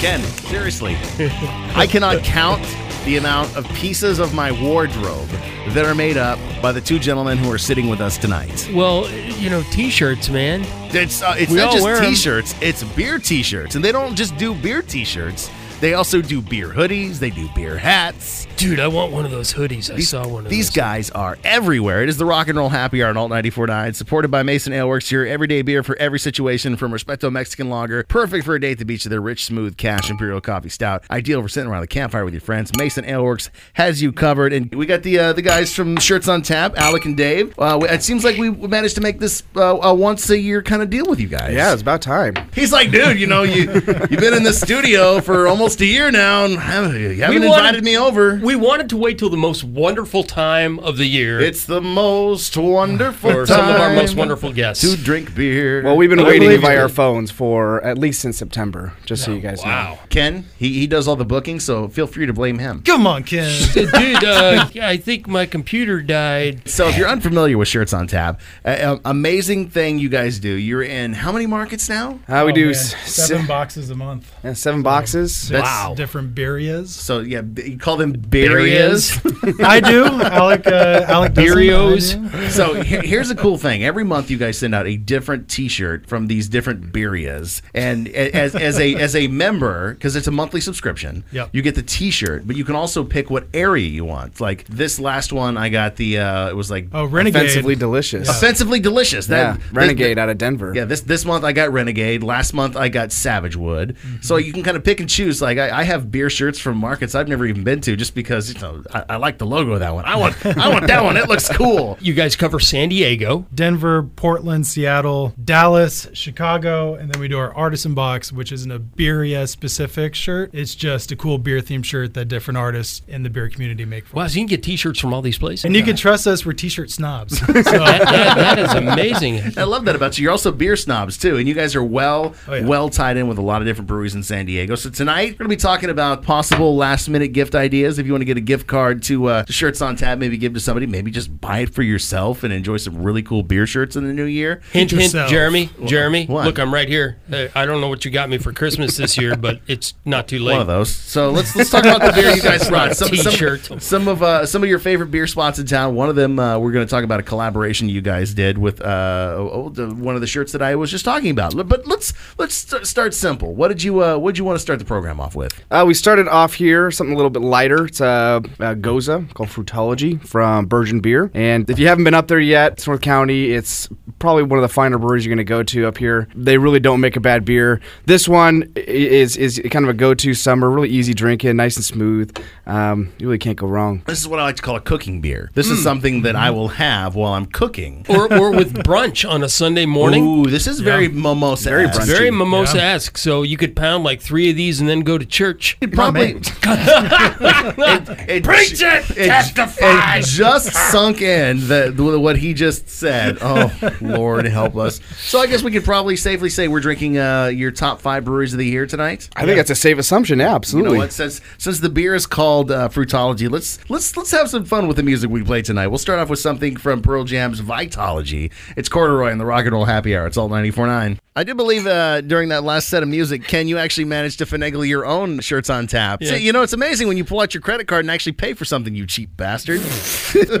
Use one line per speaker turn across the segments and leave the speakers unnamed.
Ken, seriously, I cannot count the amount of pieces of my wardrobe that are made up by the two gentlemen who are sitting with us tonight.
Well, you know, t-shirts, man.
It's uh, it's
We
not
all
just
wear 'em.
t-shirts; it's beer t-shirts, and they don't just do beer t-shirts. They also do beer hoodies. They do beer hats.
Dude, I want one of those hoodies. I
These,
saw one of
these
those.
guys are everywhere. It is the Rock and Roll Happy Hour on Alt 94.9, supported by Mason Ale Works, your everyday beer for every situation, from Respeto Mexican Lager, perfect for a day at the beach with their rich, smooth cash imperial coffee stout, ideal for sitting around the campfire with your friends. Mason Ale Works has you covered, and we got the uh, the guys from Shirts on Tap, Alec and Dave. Uh, we- it seems like we managed to make this uh, a once a year kind of deal with you guys.
Yeah, it's about time.
he's like, dude, you know, you you've been in the studio for almost a year now, and haven't- you haven't
wanted-
invited me over.
We wanted to wait till the most wonderful time of the year
It's the most wonderful
for some of our
time
most wonderful guests.
to drink beer.
Well, we've been
I
waiting
believe
by our
it.
phones for at least since September, just
Oh,
so you guys know.
wow.
Ken, he, he does all the booking, so feel free to blame him.
Come on, Ken.
Dude, uh, I think my computer died.
So, if you're unfamiliar with Shirts on Tap, uh, amazing thing you guys do. You're in how many markets now?
Uh, we
Oh,
do
man.
s-
seven
se-
boxes a month.
yeah, seven boxes.
That's-
Different birrias.
So, yeah, b- you call them barriers.
I do. Alec. Uh, Alec. doesn't. I
Birrios.
do.
so here, here's a cool thing. Every month, you guys send out a different T-shirt from these different birrias, and a- as, as a as a member, because it's a monthly subscription,
Yep.
you get the T-shirt, but you can also pick what area you want. Like this last one, I got the uh, it was like
Oh, renegade.
Offensively delicious. Yeah.
offensively delicious. That that-
Renegade out of Denver.
yeah, this this month I got Renegade. Last month I got Savage Wood.
Mm-hmm.
So you can kind of pick and choose. Like I, I have beer shirts from markets I've never even been to, just because you know I, I like the logo of that one. I want I want that one. It looks cool.
You guys cover San Diego.
Denver, Portland, Seattle, Dallas, Chicago, and then we do our artisan box, which isn't a birria specific shirt. It's just a cool beer themed shirt that different artists in the beer community make for.
Wow, so you can get T-shirts from all these places.
And you can trust us. We're t-shirt snobs.
that,
So
that- that is amazing.
I love that about you. You're also beer snobs too, and you guys are well,
Oh, yeah.
well tied in with a lot of different breweries in San Diego. So tonight we're gonna be talking about possible last minute gift ideas. If you want to get a gift card to uh, to shirts on tap, maybe give to somebody, maybe just buy it for yourself and enjoy some really cool beer shirts in the new year.
Hint, hint,
yourself.
Jeremy, Jeremy,
What?
look, I'm right here. Uh, I don't know what you got me for Christmas this year, but it's not too late.
One of those. So let's let's talk about the beer you guys brought. Some, some- Some,
T-shirt.
of uh, some of your favorite beer spots in town. One of them uh, we're going to talk about a collaboration you guys did with uh, oh, the- one of the shirts that I was just talking about. But let's let's st- start simple. What did you uh, what did you want to start the program off with?
Uh, we started off here something a little bit lighter. It's a, uh goza called Fruitology from Bergen Beer, and if you haven't been up there yet, it's North County. It's probably one of the finer breweries you're going to go to up here. They really don't make a bad beer. This one i- is is kind of a go-to summer, really easy drinking, nice and smooth. Um, you really can't go wrong.
This is what I like to call a cooking beer. This
Hmm.
is something that I will have while I'm cooking.
or, or with brunch on a Sunday morning.
Ooh, this is very mimosa.
Very
brunchy.
brunch.
Very
Cheap,
mimosa esque. So you could pound like three of these and then go to church.
Probably. Preach it! Testify! It just sunk in the, the- what he just said. Oh, Lord help us. So I guess we could probably safely say we're drinking uh, your top five breweries of the year tonight.
I think that's a safe assumption. Yeah,
You know
absolutely.
what? Since since the beer is called uh, Fruitology, let's let's let's have some fun with the music we play tonight. We'll start off with something from Pearl Jam's Vitology. It's Corduroy and the Rock and Roll Happy Hour. It's all 94.9. I do believe uh, during that last set of music, Ken, you actually managed to finagle your own shirts on tap. So, you know, it's amazing when you pull out your credit card and actually pay for something, you cheap bastard.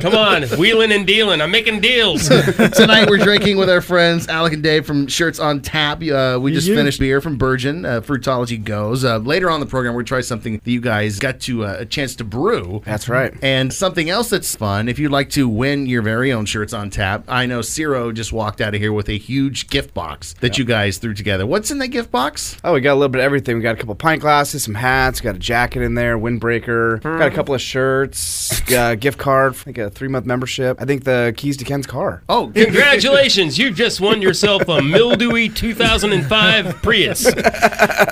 Come on, wheeling and dealing. I'm making deals.
Tonight we're drinking with our friends Alec and Dave from Shirts on Tap. Uh, we just
Yeah.
finished beer from Burgeon. Uh, Fruitology goes. Uh, later on in the program, we're gonna try something that you guys got to uh, a chance to brew.
That's right.
And something else that's fun, if you'd like to win your very own shirts on tap, I know Ciro just walked out of here with a huge gift box that you guys threw together. What's in that gift box?
Oh, we got a little bit of everything. We got a couple pint glasses, some hats, got a jacket in there, windbreaker, got a couple of shirts, got a gift card, I think a three month membership. I think the keys to Ken's car.
Oh,
Congratulations, you've just won yourself a mildewy 2005 Prius.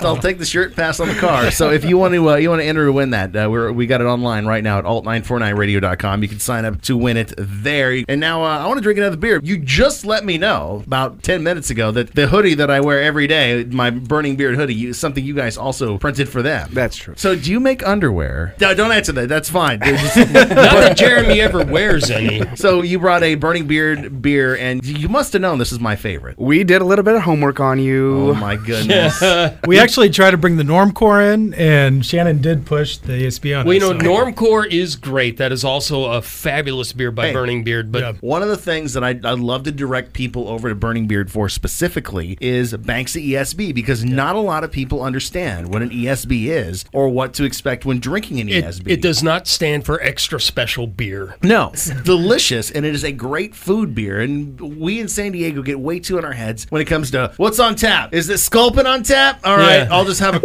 I'll take the shirt, pass on the car. So if you want to, uh, you want to enter to win that, uh, we're, we got it online right now at alt949radio.com. You can sign up to win it there. And now uh, I want to drink another beer. You just let me know about ten minutes ago that the hood hoodie that I wear every day, my burning beard hoodie, you, something you guys also printed for them.
That's true.
So do you make underwear? No, don't answer that. That's fine. They're just-
Not that Jeremy ever wears any.
so you brought a burning beard beer, and you must have known this is my favorite.
We did a little bit of homework on you.
Oh my goodness!
We actually tried to bring the normcore in, and Shannon did push the ASB on.
Well, you
us,
know,
so-
Normcore is great. That is also a fabulous beer by
Hey.
Burning Beard. But
Yeah.
One of the things that I, I love to direct people over to Burning Beard for specifically is Banksy ESB because not a lot of people understand what an ESB is or what to expect when drinking an E
it,
ESB.
it does not stand for extra special beer.
No, it's delicious, and it is a great food beer. And we in San Diego get way too in our heads when it comes to what's on tap. Is this Sculpin on tap? All right,
Yeah.
I'll just have a.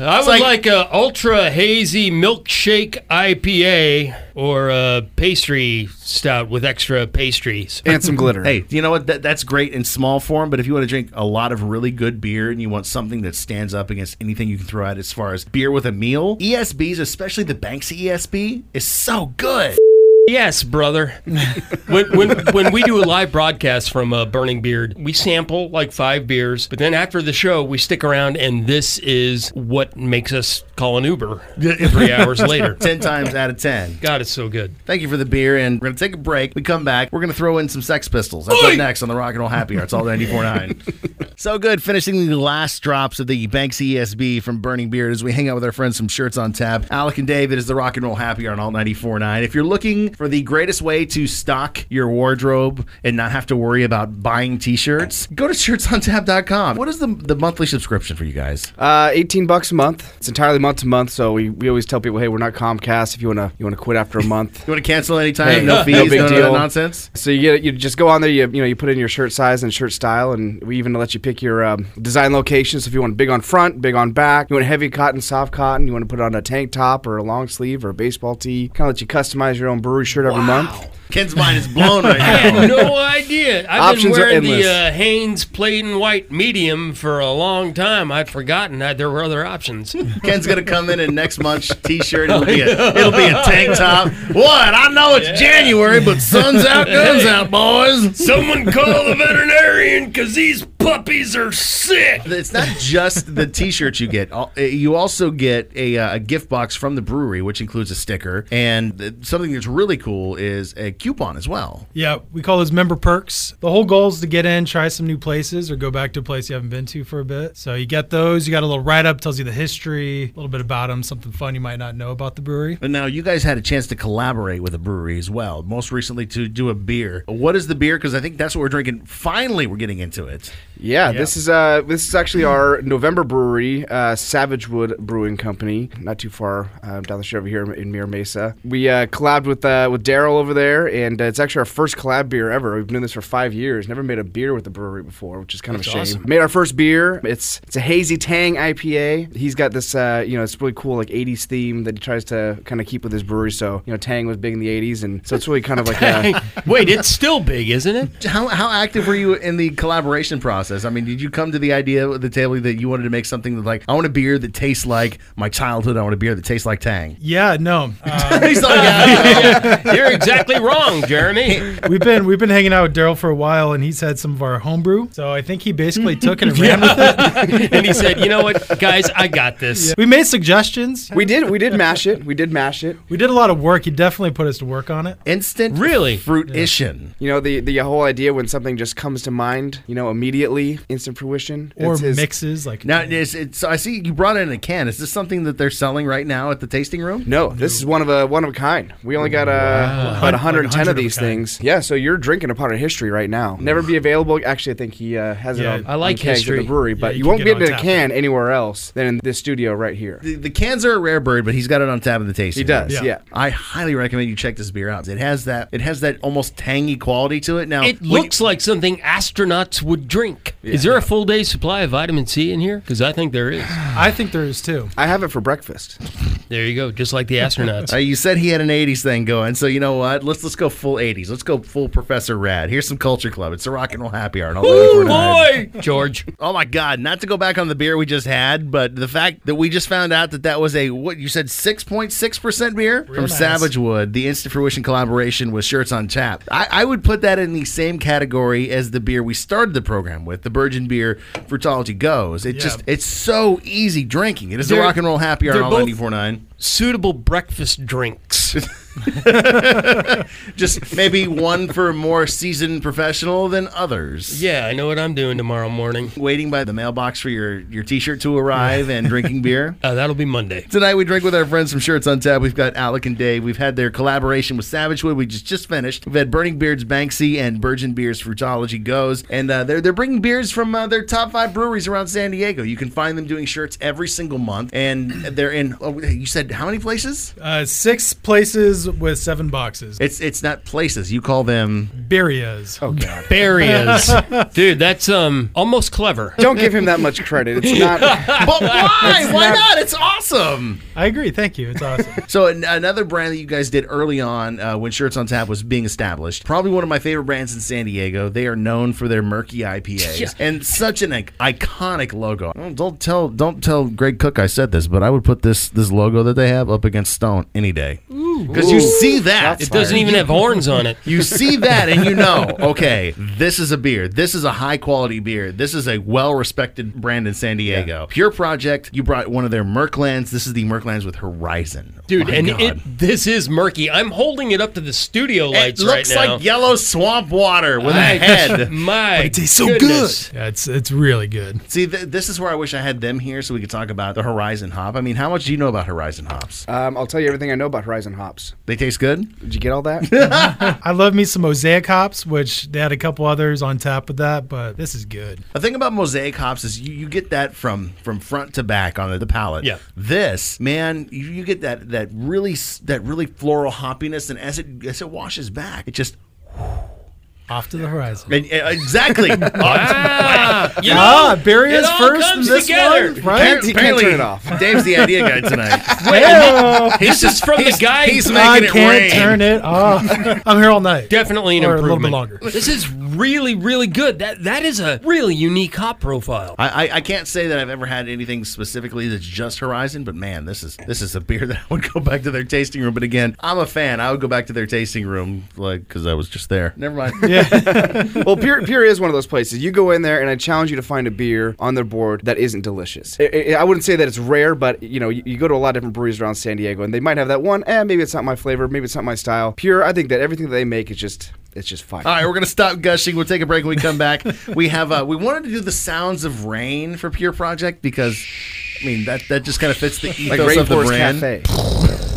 I would
like-
like, a ultra hazy milkshake IPA or a pastry stout with extra pastries.
And some glitter.
Hey, you know what? That, that's great in small form, but if you want to drink a lot of really good beer and you want something that stands up against anything you can throw at as far as beer with a meal, ESBs, especially the Banksy ESB, is so good.
Yes, brother. when, when when we do a live broadcast from uh, Burning Beard, we sample like five beers, but then after the show, we stick around, and this is what makes us call an Uber three hours later.
10 times out of 10.
God, it's so good.
Thank you for the beer, and we're going to take a break. We come back. We're going to throw in some Sex Pistols. That's up next on the Rock and Roll Happy Hour. It's all 94.9. so good. Finishing the last drops of the Banksy ESB from Burning Beard as we hang out with our friends from Shirts on Tap. Alec and David is the Rock and Roll Happy Hour on all 94.9. If you're looking for the greatest way to stock your wardrobe and not have to worry about buying t-shirts, go to shirtsontap.com. What is the, the monthly subscription for you guys?
Uh, 18 bucks a month. It's entirely month to month, so we, we always tell people, hey, we're not Comcast. If you wanna you wanna quit after a month,
You want to cancel anytime?
Hey,
no
no
fees, no,
big
none of that
deal.
nonsense?
So you get you just go on there. You you know you put in your shirt size and shirt style, and we even let you pick your um, design location. So if you want big on front, big on back, you want heavy cotton, soft cotton, you want to put on a tank top or a long sleeve or a baseball tee. Kind of let you customize your own brewery shirt every month.
Ken's mind is blown right
I
now.
had no idea. I've
Options are
been wearing the
endless.
uh, Hanes plain and white medium for a long time. I'd forgotten that there were other options.
Ken's gonna come in in next month's t-shirt. It'll be a, it'll be a tank top. What? I know it's January, but sun's out, guns out, boys.
Someone call the veterinarian because these puppies are sick.
It's not just the T-shirt you get. Al- uh, You also get a, uh, a gift box from the brewery, which includes a sticker, and th- something that's really cool is a coupon as well.
Yeah, we call those member perks. The whole goal is to get in, try some new places, or go back to a place you haven't been to for a bit. So you get those. You got a little write up, tells you the history, a little bit about them, something fun you might not know about the brewery.
And now you guys had a chance to collaborate with a brewery as well. Most recently to do a beer. What is the beer? Because I think that's what we're drinking. Finally, we're getting into it.
Yeah, this is uh this is actually our November brewery, uh, Savage Wood Brewing Company, not too far uh, down the street over here in Mira Mesa. We uh, collabed with uh, with Daryl over there, and uh, it's actually our first collab beer ever. We've been doing this for five years, never made a beer with the brewery before, which is kind of a shame. Made our first beer. It's it's a hazy tang IPA. He's got this uh, you know it's really cool like '80s theme that he tries to kind of keep with his brewery. So you know Tang was big in the '80s, and so it's really kind of like a,
Wait, it's still big, isn't it?
How, how active were you in the collaboration process? I mean, did you come to the idea at the table that you wanted to make something that, like, I want a beer that tastes like my childhood. I want a beer that tastes like Tang.
Yeah, no. Uh,
He's like, yeah.
You're exactly wrong, Jeremy.
we've been we've been hanging out with Daryl for a while, and he's had some of our homebrew. So I think he basically took it and ran with it.
And he said, "You know what, guys? I got this."
We made suggestions.
we did we did mash it. We did mash it.
We did a lot of work. He definitely put us to work on it.
instant
Really?
fruition.
You know the the whole idea when something just comes to mind, you know, immediately, instant fruition.
Or
It's his-
mixes like
Now,
Mm.
is it, so I see you brought it in a can. Is this something that they're selling right now at the tasting room?
No, this is one of a one of a kind. We only got uh, about
Like
110 of
100 of
these
a kind.
things. Yeah, so you're drinking a part of history right now. Never be available. Actually, I think he uh, has
Yeah,
it on,
I
like
on kegs at
history.
the brewery, but
you
you,
can
won't
get
get it
it on
in a
tap.
can anywhere else than in this studio right here.
The, the cans are a rare bird, but he's got it on tap at the tasting.
He does.
Yeah.
yeah.
I highly recommend you check this beer out. It has that. It has that almost tangy quality to it. Now
It
when
looks like something astronauts would drink. Is there a full day supply of vitamin C in here? Because I think there is.
I think there is too.
I have it for breakfast.
There you go, just like the astronauts.
Uh, you said he had an '80s thing going, so you know what? Let's let's Let's go full 80s. Let's go full Professor Rad. Here's some Culture Club. It's the Rock and Roll Happy Hour. and all that for tonight.
Boy, George.
Oh my God! Not to go back on the beer we just had, but the fact that we just found out that that was a what you said six point six percent beer from
nice.
Savage Wood, the Instant Fruition collaboration with Shirts on Tap. I, I would put that in the same category as the beer we started the program with, the Virgin Beer Fruitology Goes. It just it's so easy drinking. It is the
They're-
rock and roll happy hour
they're
on
both-
ninety four nine.
Suitable breakfast drinks.
Just maybe one for more seasoned professional than others.
Yeah, I know what I'm doing tomorrow morning.
Waiting by the mailbox for your your t shirt to arrive and drinking beer.
Uh, that'll be Monday.
Tonight we drink with our friends from Shirts on Tap. We've got Alec and Dave. We've had their collaboration with Savagewood. We just just finished. We've had Burning Beards Banksy and Virgin Beers Fruitology Goes, and uh, they're they're bringing beers from uh, their top five breweries around San Diego. You can find them doing shirts every single month, and they're in. Oh, you said how many places?
Uh, six places with seven boxes.
It's it's not places. You call them.
Birrias. Oh,
Barriers. Dude, that's um almost clever.
Don't give him that much credit. It's not.
But why? why not? It's awesome.
I agree. Thank you. It's awesome.
So an- another brand that you guys did early on uh, when Shirts on Tap was being established, probably one of my favorite brands in San Diego. They are known for their murky IPAs and such an ic- iconic logo. Well, Don't tell don't tell Greg Cook I said this, but I would put this this logo that they have up against Stone any day because you
Ooh.
see that.
Shots
It
It
does-
doesn't even have horns on it.
You see that and you know, okay, this is a beer. This is a high quality beer. This is a well respected brand in San Diego. Pure Project, you brought one of their Merklands. This is the Merklands with Horizon.
Dude,
My
and
God.
it this is murky. I'm holding it up to the studio lights
it looks
right now.
like yellow swamp water with
I-
a head.
My it
tastes so good.
goodness.
yeah, it's it's really good.
See, th- this is where I wish I had them here so we could talk about the Horizon hop. I mean, how much do you know about Horizon hops?
Um, I'll tell you everything I know about Horizon Hops.
They taste good.
Did you get all that?
I love me some Mosaic hops, which they had a couple others on tap with that, but this is good.
The thing about mosaic hops is you, you get that from from front to back on the, the palate.
Yeah.
This man, you, you get that that really s- that really floral hoppiness, and as it as it washes back, it just
Off to the horizon.
and- and- exactly.
Ah, you
Ah,
it
Barrios
all
first
comes
and this
together.
one, right?
Can't- he can't turn it off.
Dave's the idea guy tonight.
Hey-o.
he's
This is from the guy
He's making
I
it
can't
rain.
turn it off. I'm here all night.
definitely an
Or a little bit
improvement.
longer.
This is really, really good. That that is a really unique hop profile.
I, I- I can't say that I've ever had anything specifically that's just Horizon, but man, this is this is a beer that I would go back to their tasting room. But again, I'm a fan. I would go back to their tasting room, like because I was just there. Never mind.
well, Pure, Pure is one of those places. You go in there, and I challenge you to find a beer on their board that isn't delicious. I, I- I wouldn't say that it's rare, but you know, you, you go to a lot of different breweries around San Diego, and they might have that one. Eh, maybe it's not my flavor. Maybe it's not my style. Pure, I think that everything that they make is just, it's just fine.
All right, we're gonna stop gushing. We'll take a break. When we come back, we have uh, we wanted to do the sounds of rain for Pure Project because. I mean that, that just kind of fits the
like
ethos of the
Rainforest
brand.
Cafe.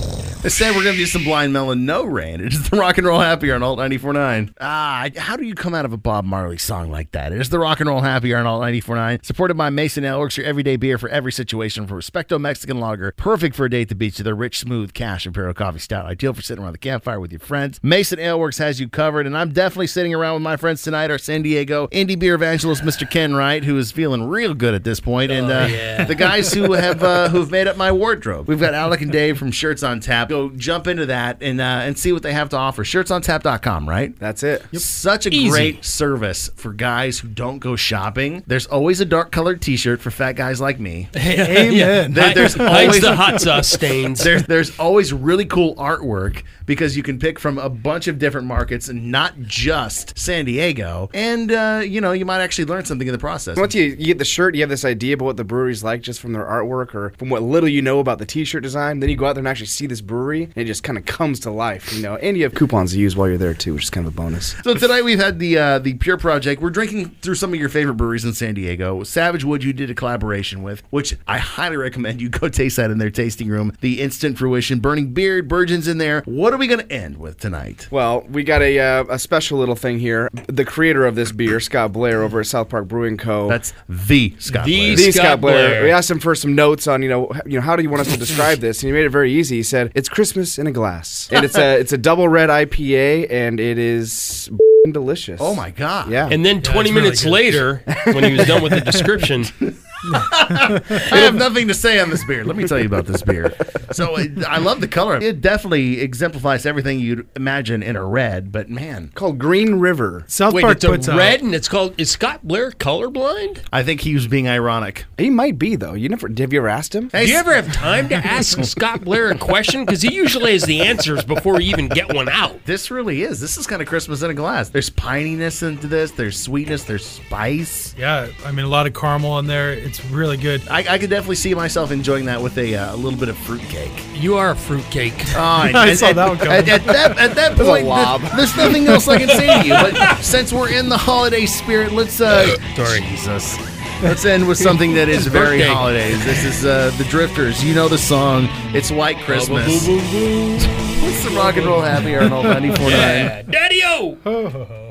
Instead, we're gonna do some blind melon, no rain. It is the rock and roll happy hour on alt 94.9. Ah, how do you come out of a Bob Marley song like that? It is the rock and roll happy hour on alt 94.9, supported by Mason Ale, works your everyday beer for every situation, from Respecto Mexican Lager, perfect for a day at the beach, to their rich, smooth Cash Imperial Coffee Stout, ideal for sitting around the campfire with your friends. Mason Ale Works has you covered, and I'm definitely sitting around with my friends tonight. Our San Diego indie beer evangelist, Mr. Ken Wright, who is feeling real good at this point, and uh,
yeah.
the guys who have uh, who've made up my wardrobe. We've got Alec and Dave from Shirts on Tap. Go jump into that and uh, and see what they have to offer. Shirtsontap.com, right?
That's it.
Such a
Easy.
great service for guys who don't go shopping. There's always a dark colored T-shirt for fat guys like me.
Amen.
There- there's
Hides
always
the hot sauce stains.
there's there's always really cool artwork because you can pick from a bunch of different markets and not just San Diego. And uh, you know you might actually learn something in the process.
Once you, you get the shirt, you have this idea about what the brewery's like just from their artwork or from what little you know about the T-shirt design. Then you go out there and actually see this brewery, and it just kind of comes to life, you know. And you have coupons to use while you're there too, which is kind of a bonus.
So tonight we've had the uh, the Pure Project. We're drinking through some of your favorite breweries in San Diego. Savage Wood, you did a collaboration with, which I highly recommend you go taste that in their tasting room. The Instant Fruition, Burning Beard, Burgeon's in there. What are we going to end with tonight?
Well, we got a, uh, a special little thing here. The creator of this beer, Scott Blair, over at South Park Brewing Co.
That's the Scott. Blair.
The
the Scott,
Scott
Blair.
Blair.
We asked him for some notes on you know h- you know how do you want us to describe this, and he made it very easy. He said it's Christmas in a glass, and it's a it's a double red IPA, and it is delicious.
Oh my God!
Yeah.
And then 20
it's really
minutes
good.
later, when he was done with the description,
I have nothing to say on this beer. Let me tell you about this beer. So it, I love the color. It definitely exemplifies everything you'd imagine in a red, but man,
called Green River.
South
Wait,
Park
it's a
puts out-
red, and it's called. Is Scott Blair colorblind?
I think he was being ironic.
He might be though. You never have you ever asked him?
Do you ever have time to ask Scott Blair a question? Because he usually has the answers before you even get one out.
This really is. This is kind of Christmas in a glass. There's pininess into this, there's sweetness, there's spice.
Yeah, I mean a lot of caramel in there. It's really good.
I, I could definitely see myself enjoying that with a, uh, a little bit of fruitcake.
You are a fruitcake.
Oh, and-
I
and-
saw
and-
that one coming.
At, at that, at that
a
point, th-
lob.
there's nothing else I can say to you. But since we're in the holiday spirit, let's uh, Jesus. Let's end with something that is very
birthday.
holidays. This is uh, the Drifters. You know the song. It's White Christmas.
Boo, boo, boo, boo.
It's the rock and roll happy Arnold 94.9.
Yeah. Daddy-o!
Oh,